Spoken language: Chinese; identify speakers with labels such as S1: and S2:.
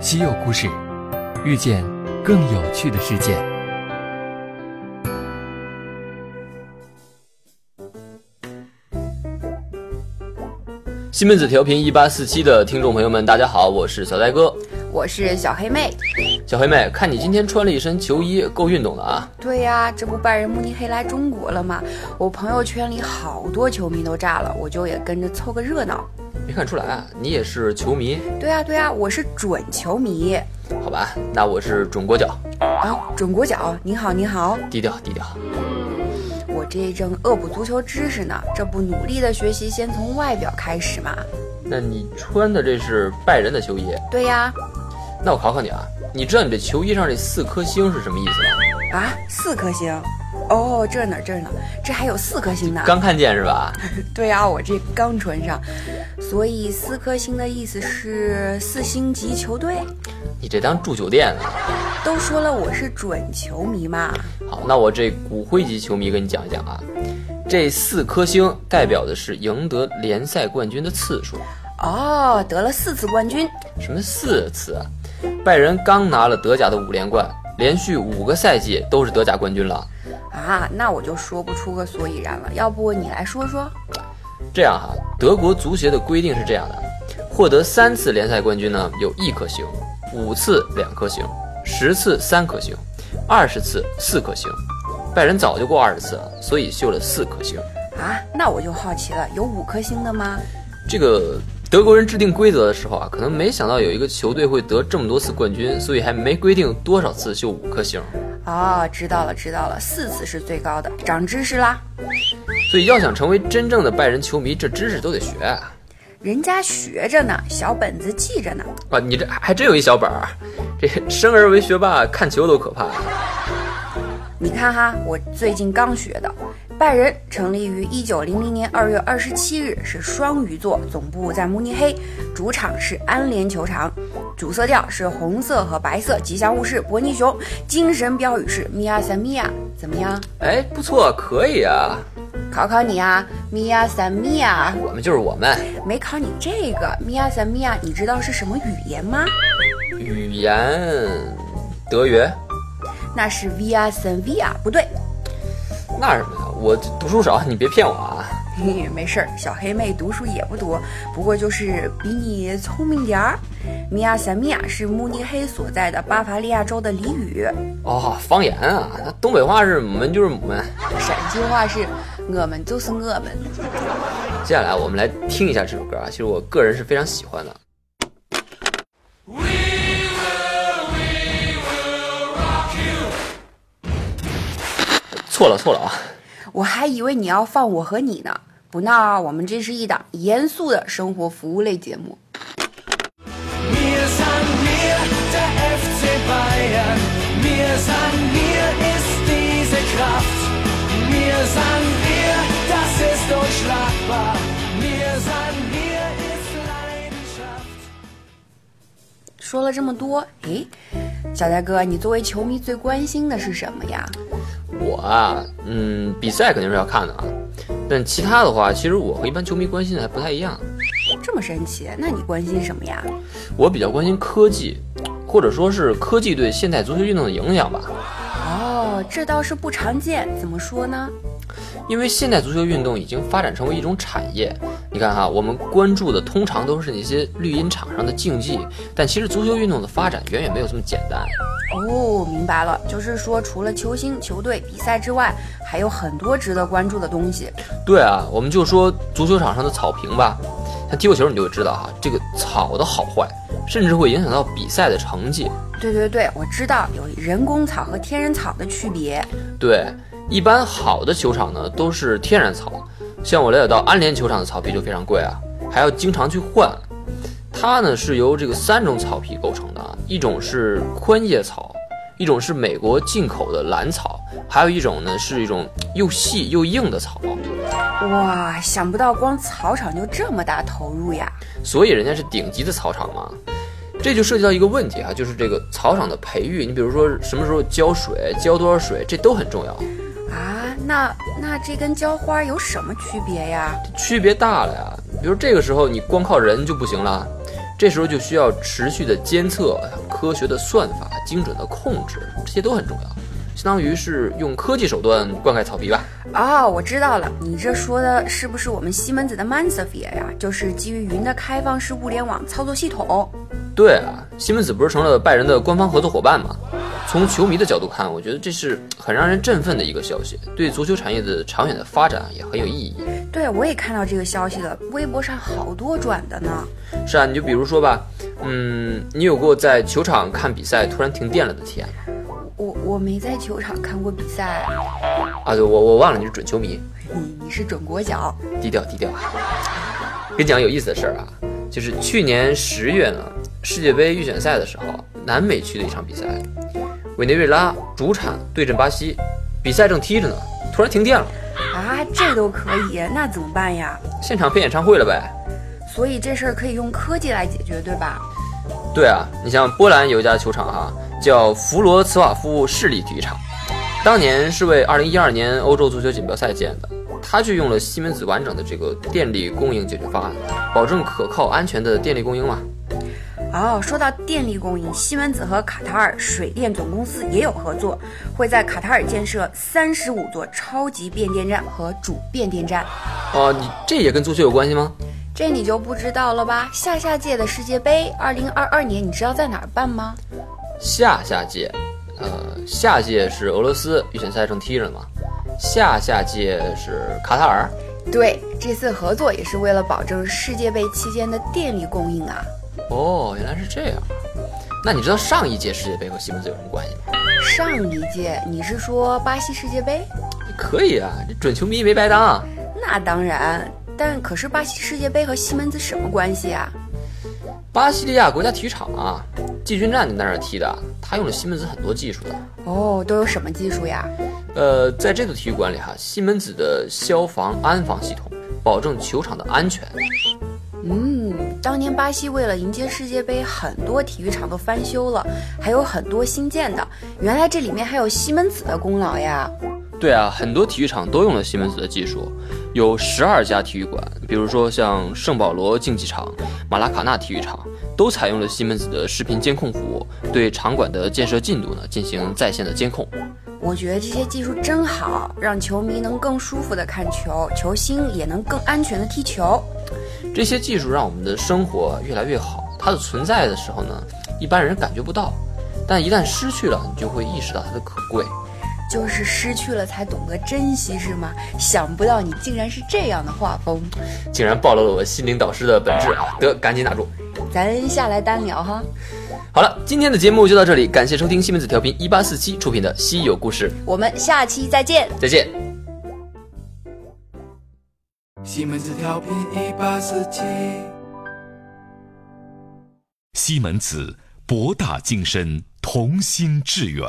S1: 稀有故事，遇见更有趣的世界。
S2: 西门子调频一八四七的听众朋友们，大家好，我是小呆哥。
S3: 我是小黑妹。
S2: 小黑妹，看你今天穿了一身球衣，够运动的啊！
S3: 对呀、这不拜仁慕尼黑来中国了吗？我朋友圈里好多球迷都炸了，我就也跟着凑个热闹。
S2: 没看出来啊，你也是球迷，
S3: 对呀、对呀、我是准球迷
S2: 好吧？那我是准国脚，
S3: 啊，准国脚。你好，你好，
S2: 低调低调。
S3: 我这正恶补足球知识呢，这不努力的学习，先从外表开始嘛。
S2: 那你穿的这是拜仁的球衣，
S3: 对呀、
S2: 那我考考你啊，你知道你这球衣上这四颗星是什么意思吗？
S3: 啊，四颗星。哦，这儿哪儿这儿哪儿，这还有四颗星呢。
S2: 刚看见是吧？
S3: 对呀、我这刚穿上，所以四颗星的意思是四星级球队。
S2: 你这当住酒店啊？
S3: 都说了我是准球迷嘛，
S2: 好，那我这骨灰级球迷跟你讲一讲啊，这四颗星代表的是赢得联赛冠军的次数。
S3: 哦，得了四次冠军，
S2: 什么四次啊？拜仁刚拿了德甲的五连冠，连续五个赛季都是德甲冠军了。
S3: 啊，那我就说不出个所以然了。要不你来说说？
S2: 这样哈、德国足协的规定是这样的：获得三次联赛冠军呢，有一颗星；五次两颗星；十次三颗星；二十次四颗星。拜仁早就过二十次了，所以秀了四颗星。
S3: 啊，那我就好奇了，有五颗星的吗？
S2: 这个德国人制定规则的时候啊，可能没想到有一个球队会得这么多次冠军，所以还没规定多少次秀五颗星。
S3: 哦，知道了，知道了，四次是最高的，长知识啦。
S2: 所以要想成为真正的拜仁球迷，这知识都得学啊！
S3: 人家学着呢，小本子记着呢。
S2: 啊你这还真有一小本儿，这生而为学霸，看球都可怕。
S3: 你看哈，我最近刚学的。拜仁成立于一九零零年二月二十七日，是双鱼座，总部在慕尼黑，主场是安联球场，主色调是红色和白色，吉祥物是伯尼熊，精神标语是米亚三米亚，怎么样？
S2: 哎，不错，可以啊，
S3: 考考你啊，米亚三米亚，
S2: 我们就是我们。
S3: 没考你这个米亚三米亚，你知道是什么语言吗？
S2: 语言德语
S3: 那是 via san via，不对，
S2: 那是什么呀？我读书少，你别骗我啊！
S3: 没事儿，小黑妹读书也不多，不过就是比你聪明点儿。米亚三米亚是慕尼黑所在的巴伐利亚州的俚语，
S2: 哦，方言啊，那东北话是我们就是我们。
S3: 陕西话是呃我们就是我们。
S2: 接下来我们来听一下这首歌啊，其实我个人是非常喜欢的。错了错了啊！
S3: 我还以为你要放我和你呢，不闹啊，我们这是一档严肃的生活服务类节目。
S4: Mir san mir der FC Bayern. Mir san mir ist diese Kraft. Mir san mir, das ist unschlagbar. Mir san mir ist Leidenschaft.
S3: 说了这么多，诶，小大哥，你作为球迷最关心的是什么呀？
S2: 我啊，嗯，比赛肯定是要看的啊，但其他的话，其实我和一般球迷关心的还不太一样。
S3: 哦这么神奇，那你关心什么呀？
S2: 我比较关心科技，或者说是科技对现代足球运动的影响吧。
S3: 哦，这倒是不常见，怎么说呢？
S2: 因为现代足球运动已经发展成为一种产业。你看哈、我们关注的通常都是那些绿茵场上的竞技，但其实足球运动的发展远远没有这么简单。
S3: 哦，明白了，就是说除了球星、球队、比赛之外，还有很多值得关注的东西。
S2: 对啊，我们就说足球场上的草坪吧，像踢过球你就会知道哈、这个草的好坏，甚至会影响到比赛的成绩。
S3: 对对对，我知道有人工草和天然草的区别。
S2: 对，一般好的球场呢都是天然草，像我了解到安联球场的草皮就非常贵啊，还要经常去换。它呢是由这个三种草皮构成的啊，一种是宽叶草，一种是美国进口的蓝草，还有一种呢是一种又细又硬的草，
S3: 哇，想不到光草场就这么大投入呀！
S2: 所以人家是顶级的草场嘛。这就涉及到一个问题啊，就是这个草场的培育，你比如说什么时候浇水、浇多少水，这都很重要。
S3: 啊，那那这跟浇花有什么区别呀？
S2: 区别大了呀。比如这个时候你光靠人就不行了，这时候就需要持续的监测、哎科学的算法、精准的控制，这些都很重要，相当于是用科技手段灌溉草皮吧。
S3: 哦，我知道了，你这说的是不是我们西门子的 Mansophia 呀？就是基于云的开放式物联网操作系统。
S2: 对啊，西门子不是成了拜仁的官方合作伙伴吗？从球迷的角度看，我觉得这是很让人振奋的一个消息，对足球产业的长远的发展也很有意义。
S3: 对，我也看到这个消息了，微博上好多转的呢。
S2: 是啊，你就比如说吧，嗯，你有过在球场看比赛突然停电了的体验吗？
S3: 我我没在球场看过比赛，
S2: 啊，对，我我忘了你是准球迷，
S3: 你你是准国脚，
S2: 低调低调。跟你讲有意思的事儿啊，就是去年十月呢，世界杯预选赛的时候，南美区的一场比赛，委内瑞拉主场对阵巴西，比赛正踢着呢，突然停电了，
S3: 啊，这都可以，那怎么办呀？
S2: 现场变演唱会了呗。
S3: 所以这事儿可以用科技来解决，对吧？
S2: 对啊，你像波兰有一家球场啊，叫弗罗茨瓦夫市立体育场，当年是为2012年欧洲足球锦标赛建的。它就用了西门子完整的这个电力供应解决方案，保证可靠安全的电力供应嘛。
S3: 哦，说到电力供应，西门子和卡塔尔水电总公司也有合作，会在卡塔尔建设三十五座超级变电站和主变电站。
S2: 哦，你这也跟足球有关系吗？
S3: 这你就不知道了吧？下下届的世界杯，二零二二年，你知道在哪儿办吗？
S2: 下下届，呃，下届是俄罗斯预选赛正踢着呢嘛，下下届是卡塔尔。
S3: 对，这次合作也是为了保证世界杯期间的电力供应啊。
S2: 哦，原来是这样。那你知道上一届世界杯和西门子有什么关系吗？
S3: 上一届你是说巴西世界杯？
S2: 可以啊，这准球迷没白当、啊。
S3: 那当然，但可是巴西世界杯和西门子什么关系啊？
S2: 巴西利亚国家体育场啊，季军战就在那儿踢的，他用了西门子很多技术的。
S3: 哦，都有什么技术呀？
S2: 呃，在这座体育馆里哈，西门子的消防安防系统保证球场的安全。
S3: 嗯，当年巴西为了迎接世界杯，很多体育场都翻修了，还有很多新建的。原来这里面还有西门子的功劳呀！
S2: 对啊，很多体育场都用了西门子的技术，有十二家体育馆，比如说像圣保罗竞技场、马拉卡纳体育场，都采用了西门子的视频监控服务，对场馆的建设进度呢进行在线的监控。
S3: 我觉得这些技术真好，让球迷能更舒服的看球，球星也能更安全的踢球。
S2: 这些技术让我们的生活越来越好，它的存在的时候呢，一般人感觉不到，但一旦失去了，你就会意识到它的可贵。
S3: 就是失去了才懂得珍惜，是吗？想不到你竟然是这样的画风，
S2: 竟然暴露了我心灵导师的本质啊！得赶紧打住。
S3: 咱下来单聊哈。
S2: 好了，今天的节目就到这里，感谢收听西门子调频一八四七出品的《稀有故事
S3: 我们下期再见。》，
S2: 再见。
S4: 西门子调频一八四七，
S5: 西门子，博大精深，同心致远。